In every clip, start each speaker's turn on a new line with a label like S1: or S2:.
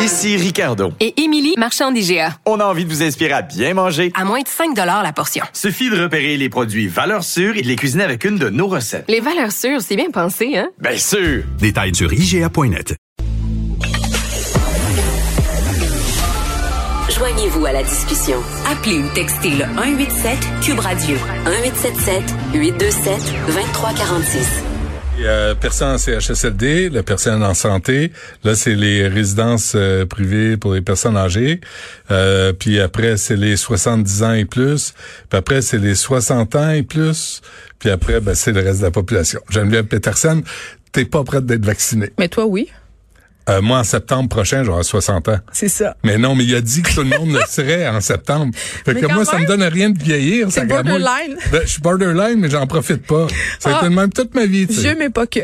S1: Ici Ricardo.
S2: Et Émilie, marchand d'IGA.
S1: On a envie de vous inspirer à bien manger.
S2: À moins de 5 la portion.
S1: Suffit de repérer les produits valeurs sûres et de les cuisiner avec une de nos recettes.
S2: Les valeurs sûres, c'est bien pensé, hein?
S1: Bien sûr!
S3: Détails sur IGA.net.
S4: Joignez-vous à la discussion. Appelez ou textez le 187 Cube Radio 1877 827 2346.
S5: Euh, personne en CHSLD, la personne en santé. Là, c'est les résidences euh, privées pour les personnes âgées. Euh, puis après, c'est les 70 ans et plus. Puis après, c'est les 60 ans et plus. Puis après, ben, c'est le reste de la population. Geneviève Peterson, t'es pas prête d'être vaccinée.
S6: Mais toi, oui.
S5: Euh, moi, en septembre prochain, j'aurai 60 ans.
S6: C'est ça.
S5: Mais non, mais il a dit que tout le monde le serait en septembre. Fait
S6: Mais
S5: que
S6: quand
S5: moi, ça me
S6: même,
S5: donne rien de vieillir.
S6: t'es
S5: ça gramoule.
S6: borderline.
S5: Ben, je suis borderline, mais j'en profite pas. Ça a
S6: Ah.
S5: été le même toute ma vie. tu sais.
S6: Dieu, mais pas que.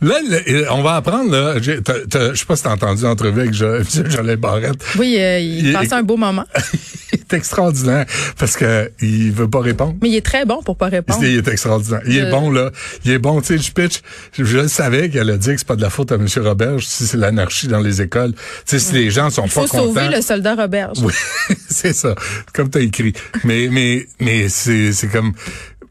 S5: Là, le- on va apprendre, là. J'ai- t'as- t'as- Je sais pas si t'as entendu l'entrevue avec Jo- Jolin Barrette.
S6: Oui, euh, il
S5: Il-
S6: passait un beau moment.
S5: Il est extraordinaire parce que il veut pas répondre.
S6: Mais il est très bon pour pas
S5: Il
S6: répondre.
S5: est- il est extraordinaire. Il est
S6: Euh.
S5: bon, là. Il est bon. Tu sais, je pitch. Je, je le savais qu'elle a dit que c'est pas de la faute à M. Robert si c'est l'anarchie dans les écoles. Tu sais, si les gens sont
S6: Il faut
S5: pas
S6: sauver
S5: contents.
S6: le soldat Roberge.
S5: Oui, c'est ça. Comme t'as écrit. Mais, mais, mais c'est, c'est comme,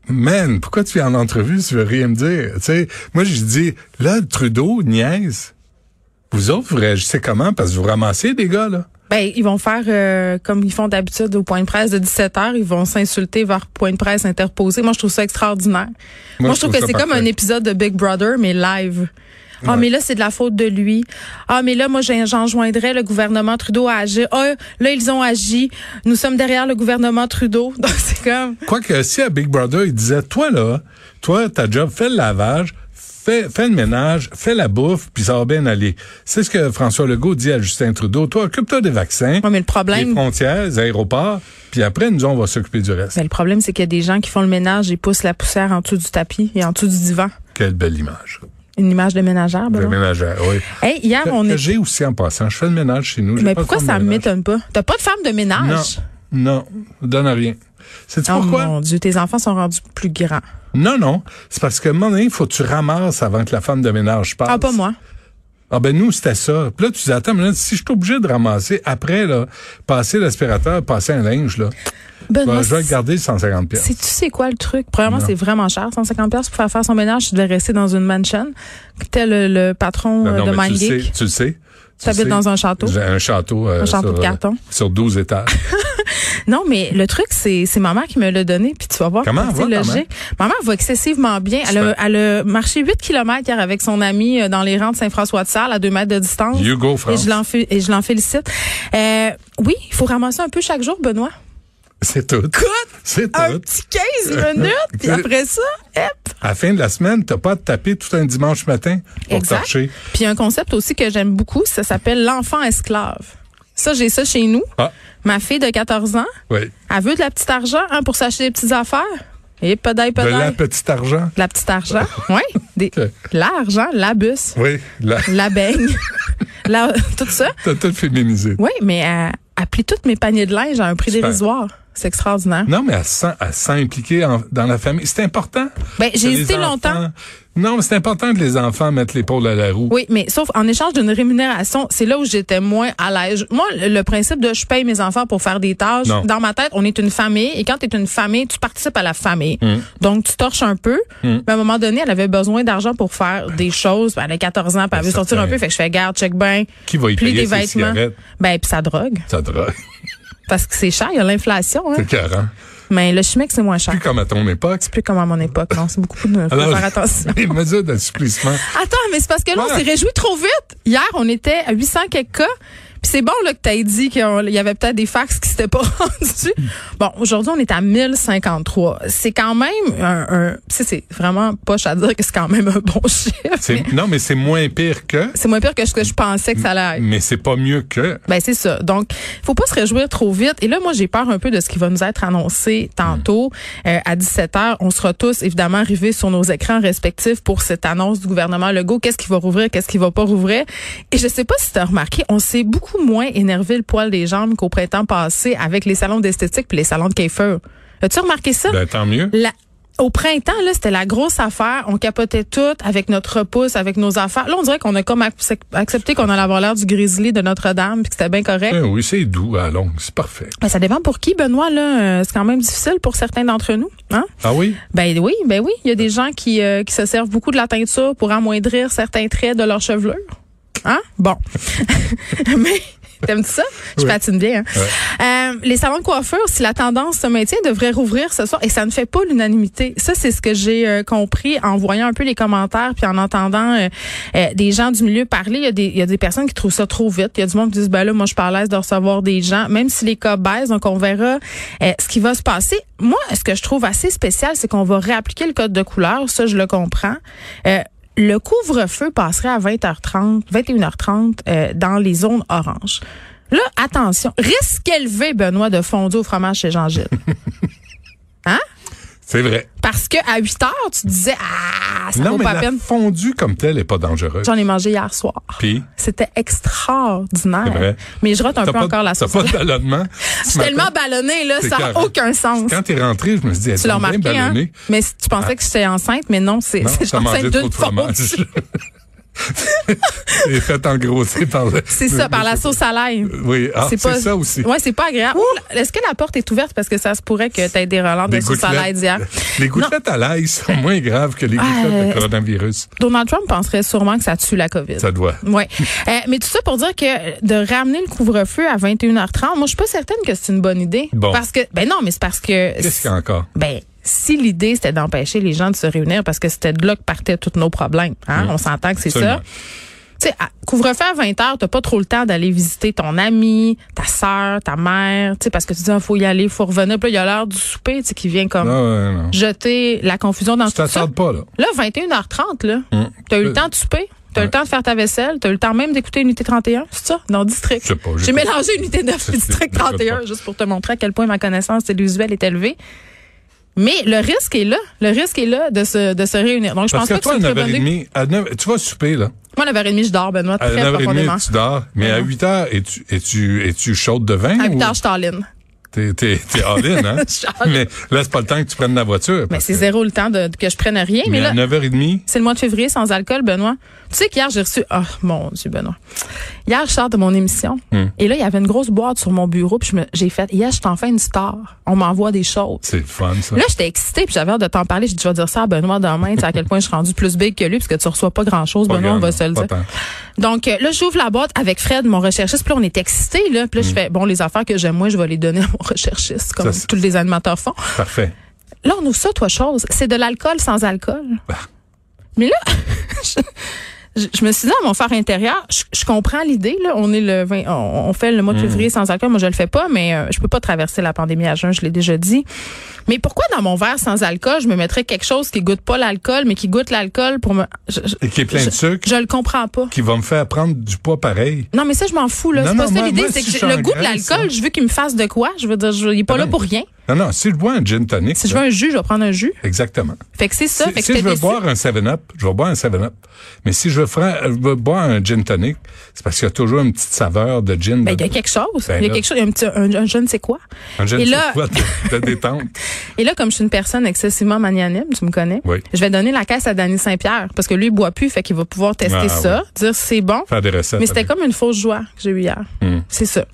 S5: man, pourquoi tu viens en entrevue si tu veux rien me dire? Tu sais, moi, je dis, là, Trudeau niaise. Vous autres, vous réagissez comment? Parce que vous ramassez des gars, là.
S6: Ben, ils vont faire euh, comme ils font d'habitude au point de presse de 17 h Ils vont s'insulter vers point de presse interposé. Moi, je trouve ça extraordinaire. Moi, je trouve que
S5: ça
S6: c'est comme
S5: parfait.
S6: un épisode de Big Brother, mais live. Ah, mais là, c'est de la faute de lui. Ah, mais là, moi, j'en- j'enjoindrais le gouvernement Trudeau à agir. Ah, là, ils ont agi. Nous sommes derrière le gouvernement Trudeau. Donc, c'est comme...
S5: Quoique, si à Big Brother, il disait, toi, là, toi, ta job, fais le lavage, fais, fais le ménage, fais la bouffe, puis ça va bien aller. C'est ce que François Legault dit à Justin Trudeau. Toi, occupe-toi des vaccins,
S6: Ouais, mais le
S5: des
S6: problème...
S5: frontières, des aéroports, puis après, nous, on va s'occuper du reste.
S6: Ben, le problème, c'est qu'il y a des gens qui font le ménage et poussent la poussière en dessous du tapis et en dessous du divan.
S5: Quelle belle image.
S6: Une image de ménagère,
S5: Le
S6: ben non.
S5: ménagère, oui.
S6: Hey, hier,
S5: Que-
S6: on
S5: que
S6: est...
S5: j'ai aussi en passant. Je fais le ménage chez nous. j'ai
S6: Mais
S5: pas le
S6: pourquoi
S5: temps de
S6: ça
S5: ménage.
S6: m'étonne pas? T'as pas de femme de ménage?
S5: Non, non, ça donne à rien. C'est
S6: Oh
S5: pourquoi?
S6: mon Dieu, tes enfants sont rendus plus grands. Ah,
S5: Non, non. C'est parce que, à un moment donné, faut que tu ramasses avant que la femme de ménage passe.
S6: Ah, pas moi.
S5: Ah, ben, nous, c'était ça. Puis là, tu dis, attends, mais là, si je suis obligé de ramasser après, là, passer l'aspirateur, passer un linge, là,
S6: Ben,
S5: ben,
S6: moi,
S5: je vais
S6: c'est-
S5: garder 150 pièces.
S6: c'est tu sais quoi le truc? Premièrement,
S5: Non.
S6: c'est vraiment cher, 150 pièces pour faire faire son ménage. Tu devais rester dans une mansion, tel le, le patron euh, de
S5: Ben mais tu le sais,
S6: MindGeek.
S5: tu le sais. Tu
S6: T'habites
S5: sais.
S6: dans un château.
S5: J'ai un château, euh,
S6: Un château
S5: sur,
S6: de carton.
S5: euh, sur 12 étages.
S6: Non, mais le truc, c'est c'est maman qui me l'a donné, puis tu vas voir.
S5: Comment
S6: comme
S5: elle
S6: c'est
S5: va,
S6: logique. Maman va excessivement bien. Elle a, elle a marché 8 km hier avec son ami euh, dans les rangs de Saint-François-de-Salle à 2 mètres de distance.
S5: You go,
S6: et
S5: France.
S6: je l'en fé- et je l'en félicite. Euh, oui, il faut ramasser un peu chaque jour, Benoît.
S5: C'est tout. C'est
S6: un
S5: tout.
S6: petit 15 minutes, puis après ça, hop.
S5: À la fin de la semaine, t'as pas à te taper tout un dimanche matin pour torcher.
S6: Puis un concept aussi que j'aime beaucoup, ça s'appelle l'enfant esclave. Ça, j'ai ça chez nous.
S5: Ah,
S6: Ma fille de 14 ans,
S5: oui.
S6: elle veut de la petite argent hein, pour s'acheter des petites affaires. Et pedaille,
S5: De la
S6: pedaille.
S5: petite argent.
S6: De la petite argent. oui. Des,
S5: Ok.
S6: L'argent, la bus,
S5: Oui, la,
S6: la beigne, la- tout ça.
S5: t'as tout féminisé.
S6: Oui, mais elle, elle plie tous mes paniers de linge à un prix
S5: Super.
S6: dérisoire. C'est extraordinaire.
S5: Non, mais elle se sent, elle se sent impliquée en- dans la famille. C'est important.
S6: Ben,
S5: que
S6: j'ai
S5: les
S6: hésité
S5: enfants-
S6: longtemps.
S5: Non, mais c'est important que les enfants mettent l'épaule à la roue.
S6: Oui, mais sauf en échange d'une rémunération, c'est là où j'étais moins à l'aise. Moi, le le principe de je paye mes enfants pour faire des tâches,
S5: Non.
S6: dans ma tête, on est une famille et quand tu es une famille, tu participes à la famille.
S5: Hmm.
S6: Donc, tu torches un peu. Mais à un moment donné, elle avait besoin d'argent pour faire des choses. Ben, elle a 14 ans, puis elle veut sortir
S5: certain.
S6: un peu. Fait que je fais garde, check ben.
S5: Qui va y
S6: plie
S5: payer
S6: des
S5: ses
S6: vêtements.
S5: cigarettes?
S6: Ben, puis ça drogue.
S5: Ça drogue.
S6: Parce que c'est cher, il y a l'inflation. Hein.
S5: C'est carré.
S6: Mais le chimique, c'est moins cher.
S5: Plus comme à ton époque.
S6: Plus comme à mon époque, non. C'est beaucoup de. Faut faire attention.
S5: les mesures d'assuplissement.
S6: Attends, mais c'est parce que là, on
S5: Ouais.
S6: s'est réjouis trop vite. Hier, on était à 800 quelques cas. Puis c'est bon là, que tu dit qu'il y avait peut-être des fax qui s'étaient pas rendus. Bon, aujourd'hui, on est à 1053. C'est quand même un... un tu sais, c'est vraiment poche à dire que c'est quand même un bon chiffre. mais
S5: C'est- Non, mais c'est moins pire que,
S6: C'est moins pire que ce que je pensais que ça allait être.
S5: mais c'est pas mieux que.
S6: Ben c'est ça. Donc, faut pas se réjouir trop vite. Et là, moi, j'ai peur un peu de ce qui va nous être annoncé tantôt Euh, à 17 h On sera tous évidemment arrivés sur nos écrans respectifs pour cette annonce du gouvernement Legault. Qu'est-ce qui va rouvrir, qu'est-ce qui va pas rouvrir Et je sais pas si tu as remarqué, on s'est beaucoup moins énervé le poil des jambes qu'au printemps passé avec les salons d'esthétique puis les salons de coiffeur. As-tu remarqué ça
S5: Ben, tant mieux.
S6: La- au printemps, là, c'était la grosse affaire. On capotait tout avec notre repousse, avec nos affaires. Là, on dirait qu'on a comme ac- accepté qu'on allait avoir l'air du grizzly de Notre-Dame, puis que c'était bien correct.
S5: Eh oui, c'est doux à la longue, c'est parfait.
S6: Ben, ça dépend pour qui, Benoît, là. Euh, C'est quand même difficile pour certains d'entre nous, hein?
S5: Ah oui?
S6: Ben oui, ben oui. Il y a des gens qui, euh, qui se servent beaucoup de la teinture pour amoindrir certains traits de leur chevelure. Hein? Bon. Mais. T'aimes-tu ça? Je
S5: Oui.
S6: patine bien. hein. Euh, les salons de coiffure, si la tendance se maintient, devraient rouvrir ce soir. Et ça ne fait pas l'unanimité. Ça, c'est ce que j'ai euh, compris en voyant un peu les commentaires puis en entendant euh, euh, des gens du milieu parler. Il y, a des, il y a des personnes qui trouvent ça trop vite. Il y a du monde qui disent, ben là, moi, je parle à l'aise de recevoir des gens, même si les cas baissent. Donc, on verra euh, ce qui va se passer. Moi, ce que je trouve assez spécial, c'est qu'on va réappliquer le code de couleur. Ça, je le comprends. Euh, le couvre-feu passerait à 20h30, 21h30 euh, dans les zones oranges. Là, attention, risque élevé, Benoît, de fondue au fromage chez Jean-Gilles.
S5: C'est vrai.
S6: Parce que à 8 heures, tu disais ah, ça
S5: non,
S6: vaut
S5: mais
S6: pas la
S5: la
S6: peine.
S5: fondue comme telle est pas dangereuse.
S6: J'en ai mangé hier soir.
S5: Puis?
S6: C'était extraordinaire.
S5: C'est vrai.
S6: Mais je rote un
S5: T'as
S6: peu
S5: pas,
S6: encore la
S5: t'as
S6: sauce.
S5: pas de ballonnement.
S6: Je suis tellement ballonnée, là,
S5: C'est
S6: ça n'a
S5: carré.
S6: aucun sens.
S5: Quand t'es rentré, je me suis dit, elle
S6: Tu l'as
S5: est bien
S6: remarqué, hein?
S5: ballonnée.
S6: Mais si tu pensais que j'étais enceinte, mais non, c'est
S5: Non,
S6: c'est- je suis
S5: t'as mangé
S6: enceinte
S5: trop
S6: d'une
S5: de
S6: fausse.
S5: fromage. T'es fait engrosser par le...
S6: C'est ça, par la sauce à l'ail.
S5: Oui, ah, c'est ça aussi.
S6: Ouais, c'est pas agréable. Ouh, Est-ce que la porte est ouverte parce que ça se pourrait que tu aies des relents de sauce à l'ail d'hier?
S5: Les gouttelettes à l'ail sont moins graves que les gouttelettes
S6: euh,
S5: de coronavirus.
S6: Donald Trump penserait sûrement que ça tue la COVID.
S5: Ça doit.
S6: Ouais. Euh, mais tout ça pour dire que de ramener le couvre-feu à 21h30, moi je suis pas certaine que c'est une bonne idée
S5: Bon.
S6: parce que ben non, mais c'est parce que
S5: Qu'est-ce qu'il y a encore?
S6: ben si l'idée c'était d'empêcher les gens de se réunir parce que c'était de là que partaient tous nos problèmes, hein, on s'entend que c'est ça.
S5: Absolument.
S6: Tu sais, à- couvre-feu à 20h, t'as pas trop le temps d'aller visiter ton ami, ta sœur, ta mère, tu sais, parce que tu dis, il faut y aller, faut revenir. Puis là, il y a l'heure du souper, tu sais, qui vient comme
S5: Non, non, non.
S6: jeter la confusion dans
S5: Tu
S6: tout ça.
S5: t'attardes pas, là.
S6: Là, 21h30, là,
S5: Hum.
S6: t'as
S5: Euh.
S6: eu le temps de souper, t'as eu le temps de faire ta vaisselle, t'as eu le temps même d'écouter Unité 31, c'est ça? Dans District.
S5: Je sais pas,
S6: J'ai
S5: j'écoute.
S6: mélangé Unité 9 et
S5: Je-
S6: District
S5: je- je-
S6: 31,
S5: je-
S6: juste pour te montrer à quel point ma connaissance télévisuelle est élevée. Mais le risque est là. Le risque est là de se, de se réunir. Donc, je
S5: Parce
S6: pense
S5: que
S6: pas
S5: toi,
S6: que c'est
S5: à
S6: une très bonne idée.
S5: 9h30, à 9, tu vas souper, là.
S6: Moi, à 9h30, je dors, Benoît,
S5: À
S6: très
S5: 9h30,
S6: profondément.
S5: tu dors. Mais à
S6: Mhm.
S5: 8h, es-tu, es-tu, es-tu chaude de vin?
S6: À 8
S5: ou-
S6: h je t'enligne.
S5: T'es, t'es, t'es all-in, hein?
S6: Je suis all-in.
S5: Mais là, c'est pas le temps que tu prennes la voiture.
S6: Mais
S5: parce
S6: c'est
S5: que-
S6: zéro le temps de, que je prenne rien. Mais,
S5: Mais
S6: là,
S5: à 9h30,
S6: C'est le mois de février sans alcool, Benoît. Tu sais qu'hier, j'ai reçu. Oh mon Dieu, Benoît. Hier, je sors de mon émission.
S5: Hmm.
S6: Et là, il y avait une grosse boîte sur mon bureau. Puis je me- j'ai fait. Hier, je suis enfin une star. On m'envoie des choses.
S5: c'est le fun, ça.
S6: Là, j'étais excitée, puis j'avais hâte de t'en parler. J'ai dit, je vais dire ça à Benoît demain, tu sais à quel point je suis rendue plus big que lui, parce que tu reçois pas grand-chose,
S5: Pas
S6: Benoît, on
S5: grand,
S6: va
S5: non,
S6: se le
S5: pas
S6: dire.
S5: tant.
S6: Donc euh, là, j'ouvre la boîte avec Fred, mon recherchiste, puis là, on est excités, là. Puis là, je fais, bon, les affaires que j'aime, moi, je vais les donner à mon recherchiste, comme
S5: Hmm. Ça, c'est-
S6: tous les animateurs font.
S5: Parfait.
S6: Là, on ouvre ça, toi, chose. C'est de l'alcool sans alcool.
S5: Bah.
S6: Mais là, je, je- je me suis dit, à mon phare intérieur, je, je comprends l'idée. Là, on est le 20 on, on fait le
S5: Hmm.
S6: mois de février sans alcool. Moi, je le fais pas, mais euh, je peux pas traverser la pandémie à jeun. Je l'ai déjà dit. Mais pourquoi dans mon verre sans alcool, je me mettrais quelque chose qui goûte pas l'alcool, mais qui goûte l'alcool pour me. Je, je-
S5: Et qui est plein de
S6: je-
S5: sucre,
S6: Je le comprends pas.
S5: qui va me faire prendre du poids pareil.
S6: Non, mais ça, je m'en fous. Là.
S5: Non,
S6: c'est pas
S5: non,
S6: ça
S5: moi-
S6: l'idée.
S5: moi,
S6: C'est
S5: si je
S6: que
S5: suis hein.
S6: le
S5: en
S6: goût de
S5: Grèce,
S6: l'alcool, je veux qu'il me fasse de quoi. Je veux dire, je- il est pas
S5: Ah
S6: là
S5: non.
S6: pour rien.
S5: Non, non, si je bois un gin tonic.
S6: Si je
S5: là,
S6: veux un jus, je vais prendre un jus.
S5: Exactement.
S6: Fait que c'est ça.
S5: Si,
S6: fait que
S5: si
S6: j'étais
S5: je veux
S6: déçue.
S5: boire un 7-up, je vais boire un 7-up. Mais si je veux, faire- je veux boire un gin tonic, c'est parce qu'il y a toujours une petite saveur de gin.
S6: Ben, il y a
S5: dedans.
S6: quelque chose.
S5: Ben
S6: il y a
S5: là.
S6: quelque chose. Il y a un petit, un, un je ne sais quoi.
S5: Un gin
S6: et là-
S5: tonic de, de détente.
S6: Et là, comme je suis une personne excessivement magnanime, tu me connais,
S5: Oui.
S6: je vais donner la caisse à Danny Saint-Pierre parce que lui, il boit plus, fait qu'il va pouvoir tester
S5: Ah,
S6: ça, dire c'est bon.
S5: Faire des recettes.
S6: Mais c'était
S5: avec.
S6: comme une fausse joie que j'ai eue hier.
S5: Hmm.
S6: C'est ça.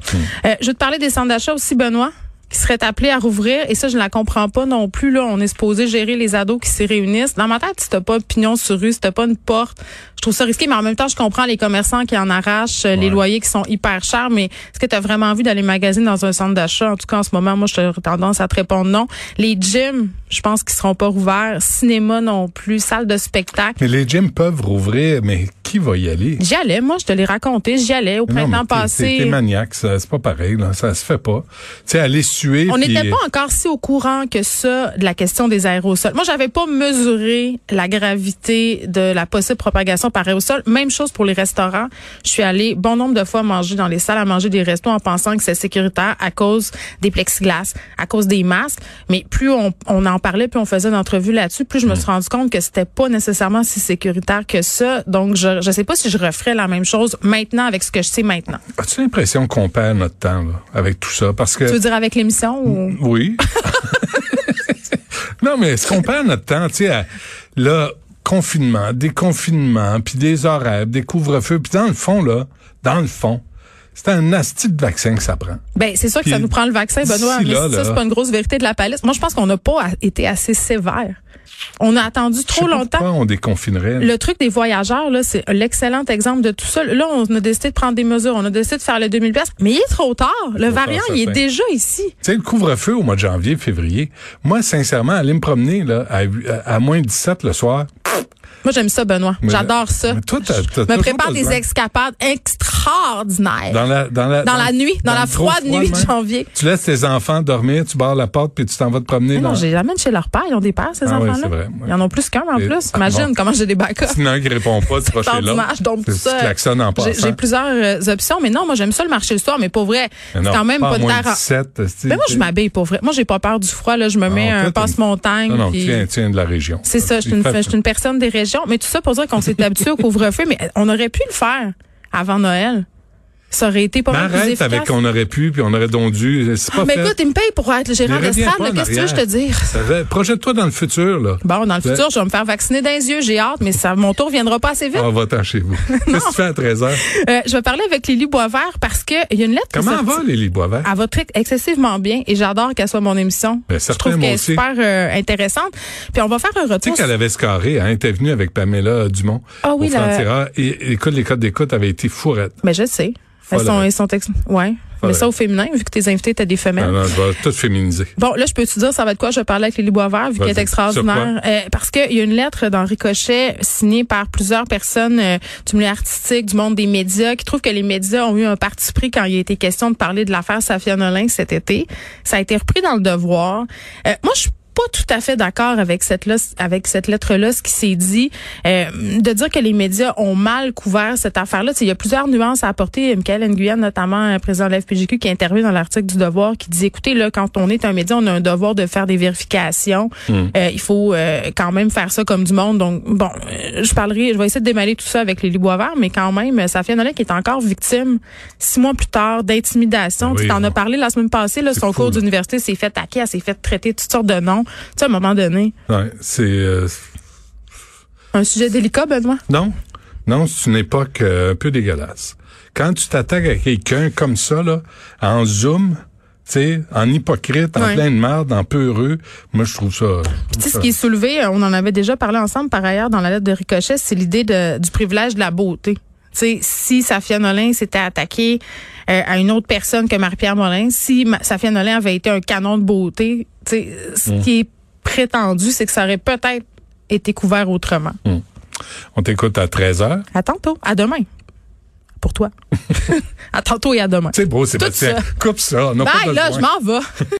S6: Euh, je vais te parler des centres d'achat aussi, Benoît, qui seraient appelés à rouvrir. Et ça, je ne la comprends pas non plus. Là, on est supposé gérer les ados qui s'y réunissent. Dans ma tête, si t'as pas pignon sur rue, si t'as pas une porte, je trouve ça risqué. Mais en même temps, je comprends les commerçants qui en arrachent, euh, les loyers qui sont hyper chers. Mais est-ce que tu as vraiment envie d'aller magasiner dans un centre d'achat? En tout cas, en ce moment, moi, j'ai tendance à te répondre non. Les gyms, je pense qu'ils seront pas rouverts. Cinéma non plus. Salle de spectacle.
S5: Mais les gyms peuvent rouvrir, mais qui va y aller?
S6: J'y allais, moi, je te l'ai raconté. J'y allais au
S5: Non, mais
S6: printemps
S5: t'es-
S6: passé.
S5: T'es t'es maniaque, ça, c'est pas pareil, là, ça se fait pas. Tu sais, aller suer.
S6: On
S5: puis-
S6: n'était pas encore si au courant que ça de la question des aérosols. Moi, j'avais pas mesuré la gravité de la possible propagation par aérosol. Même chose pour les restaurants. Je suis allée bon nombre de fois manger dans les salles à manger des restos en pensant que c'est sécuritaire à cause des plexiglas, à cause des masques. Mais plus on, on en parlait, plus on faisait d'entrevues là-dessus, plus je me suis rendu compte que c'était pas nécessairement si sécuritaire que ça. Donc, je, je sais pas si je referais la même chose maintenant avec ce que je sais maintenant.
S5: As-tu l'impression qu'on perd notre Euh, temps, là, avec tout ça? Parce que.
S6: Tu veux dire avec l'émission ou?
S5: Oui. Non, mais est-ce qu'on perd notre temps, tu sais, à- là, confinement, déconfinement, puis des horaires, des couvre-feux, puis dans le fond, là, dans le fond, c'est un asti de vaccin que ça prend.
S6: Ben, c'est sûr que
S5: Puis,
S6: ça nous prend le vaccin, Benoît,
S5: d'ici
S6: mais
S5: là, là-
S6: ça, c'est pas une grosse vérité de la palette. Moi, je pense qu'on n'a pas a- été assez sévère. On a attendu trop
S5: Je sais pas
S6: longtemps.
S5: Pourquoi on déconfinerait?
S6: Le truc des voyageurs, là, c'est l'excellent exemple de tout ça. Là, on a décidé de prendre des mesures, on a décidé de faire le 2000 piastres, mais il est trop tard. Le
S5: Trop tard,
S6: variant, il est
S5: certain.
S6: déjà ici.
S5: Tu sais, le couvre-feu au mois de janvier, février, moi, sincèrement, aller me promener là, à, huit- à- à moins 17 le soir,
S6: Moi, j'aime ça, Benoît.
S5: Mais-
S6: J'adore ça.
S5: mais toi, t'as- t'as
S6: Je me
S5: toujours
S6: prépare
S5: besoin.
S6: des escapades extraordinaires.
S5: dans la... Dans la,
S6: Dans la nuit, dans la
S5: le gros
S6: froide nuit de
S5: même,
S6: janvier.
S5: Tu laisses tes enfants dormir, tu barres la porte, puis tu t'en vas te promener
S6: Mais
S5: dans...
S6: non, j'ai jamais chez leur père. Ils ont des pères, ces
S5: Ah ouais,
S6: enfants-là.
S5: c'est vrai, ouais.
S6: Ils en ont plus qu'un, en
S5: Et-
S6: plus.
S5: Ah,
S6: Imagine
S5: bon.
S6: comment j'ai des backups.
S5: Sinon, qui répond pas, tu vas chez
S6: Ordinaire, je tombe
S5: C'est-
S6: tout seul.
S5: Tu klaxonnes en
S6: J'ai-
S5: passant.
S6: J'ai plusieurs euh, options, mais non, moi j'aime ça le marché le soir, mais pour vrai, c'est
S5: Mais non,
S6: quand même
S5: à
S6: pas de
S5: moins
S6: terre. en-
S5: 17, esti,
S6: Mais moi
S5: t'es-
S6: je m'habille pour vrai. Moi j'ai pas peur du froid là, je me mets
S5: Non, Ah, toi,
S6: un
S5: t'es-
S6: passe-montagne.
S5: Non, non,
S6: puis-
S5: tu viens, tu viens de la région.
S6: C'est ça, je suis, une, je suis une personne des régions, mais tout ça pour dire qu'on s'est habitué au couvre-feu, mais on aurait pu le faire avant Noël. Ça aurait été pas
S5: Mais
S6: mal plus
S5: arrête
S6: efficace. Ah,
S5: avec on aurait pu, puis on aurait donc dû. C'est pas
S6: mais
S5: fait.
S6: écoute, il me paye pour être le gérant
S5: Mais reviens
S6: d'estrade,
S5: pas
S6: là,
S5: en
S6: qu'est-ce que tu veux je te
S5: arrière.
S6: dire?
S5: Ça fait- Projette-toi dans le futur, là.
S6: Bon, dans le
S5: Ben-
S6: futur, je vais me faire vacciner dans les yeux, j'ai hâte, mais ça, mon tour viendra pas assez vite.
S5: En votant Ah, chez vous. Qu'est-ce que tu fais à 13h?
S6: Euh, je vais parler avec Lily Boisvert parce qu'il y a une lettre qui est
S5: Comment
S6: sortie-
S5: va, Lily Boisvert?
S6: Elle va très excessivement bien et j'adore qu'elle soit mon émission.
S5: Ben,
S6: je
S5: certain,
S6: trouve
S5: moi
S6: qu'elle est
S5: aussi.
S6: super euh, intéressante. Puis on va faire un
S5: Tu
S6: retour.
S5: sais qu'elle avait scarré, hein, était venue avec Pamela Dumont
S6: Ah oui,
S5: au
S6: la-
S5: Frontiera. Et écoute, les codes d'écoute avaient été fourrettes.
S6: Mais Ben, je sais. Elles
S5: Folle. hein.
S6: sont, elles sont ex- Ouais. Mais
S5: Folle. hein.
S6: ça au féminin, vu que tes invités étaient des
S5: Ah
S6: femelles.
S5: non, je vais tout féminiser.
S6: Bon, là, je peux te dire, ça va être quoi? Je vais parler avec Lily Boisvert, vu qu'elle est
S5: Vas-y.
S6: extraordinaire. Euh, parce qu'il y a une lettre d'Henri Cochet signée par plusieurs personnes euh, du milieu artistique, du monde des médias, qui trouvent que les médias ont eu un parti pris quand il a été question de parler de l'affaire Safia Nolin cet été. Ça a été repris dans le devoir. Euh, moi, je suis pas tout à fait d'accord avec cette là- avec cette lettre là ce qui s'est dit euh, de dire que les médias ont mal couvert cette affaire là il y a plusieurs nuances à apporter Michael Nguyen notamment euh, président de la FPJQ qui intervient dans l'article du devoir qui dit écoutez là quand on est un média on a un devoir de faire des vérifications
S5: Mm.
S6: Euh, il faut euh, quand même faire ça comme du monde donc bon euh, je parlerai je vais essayer de démêler tout ça avec Lily Boisvert mais quand même euh, Safia Nolin qui est encore victime six mois plus tard d'intimidation
S5: Oui,
S6: tu t'en
S5: non.
S6: as parlé la semaine passée là, son
S5: fou,
S6: cours
S5: là.
S6: d'université s'est fait taquer elle s'est fait traiter toutes sortes de noms tu sais à un moment donné
S5: Ouais, c'est. euh,
S6: un sujet délicat, Benoît.
S5: Non, non, c'est une époque euh, un peu dégueulasse. Quand tu t'attaques à quelqu'un comme ça, là, en zoom, tu sais, en hypocrite, en
S6: Ouais.
S5: plein de merde, en peu heureux, moi je trouve ça. je
S6: Tu
S5: trouve
S6: sais, ce
S5: ça-
S6: qui est soulevé, euh, on en avait déjà parlé ensemble par ailleurs dans la lettre de Ricochet, c'est l'idée de- du privilège de la beauté. Tu sais, si Safia Nolin s'était attaquée euh, à une autre personne que Marie-Pierre Molin, si Ma- Safia Nolin avait été un canon de beauté, tu sais, ce
S5: Mm.
S6: qui est prétendu, c'est que ça aurait peut-être été couvert autrement.
S5: Mm. On t'écoute à 13h.
S6: À tantôt, à demain. Pour toi. à tantôt et à demain.
S5: C'est beau, Sébastien.
S6: ça.
S5: Coupe ça. On n'a pas
S6: Bye, là,
S5: besoin.
S6: je m'en vais.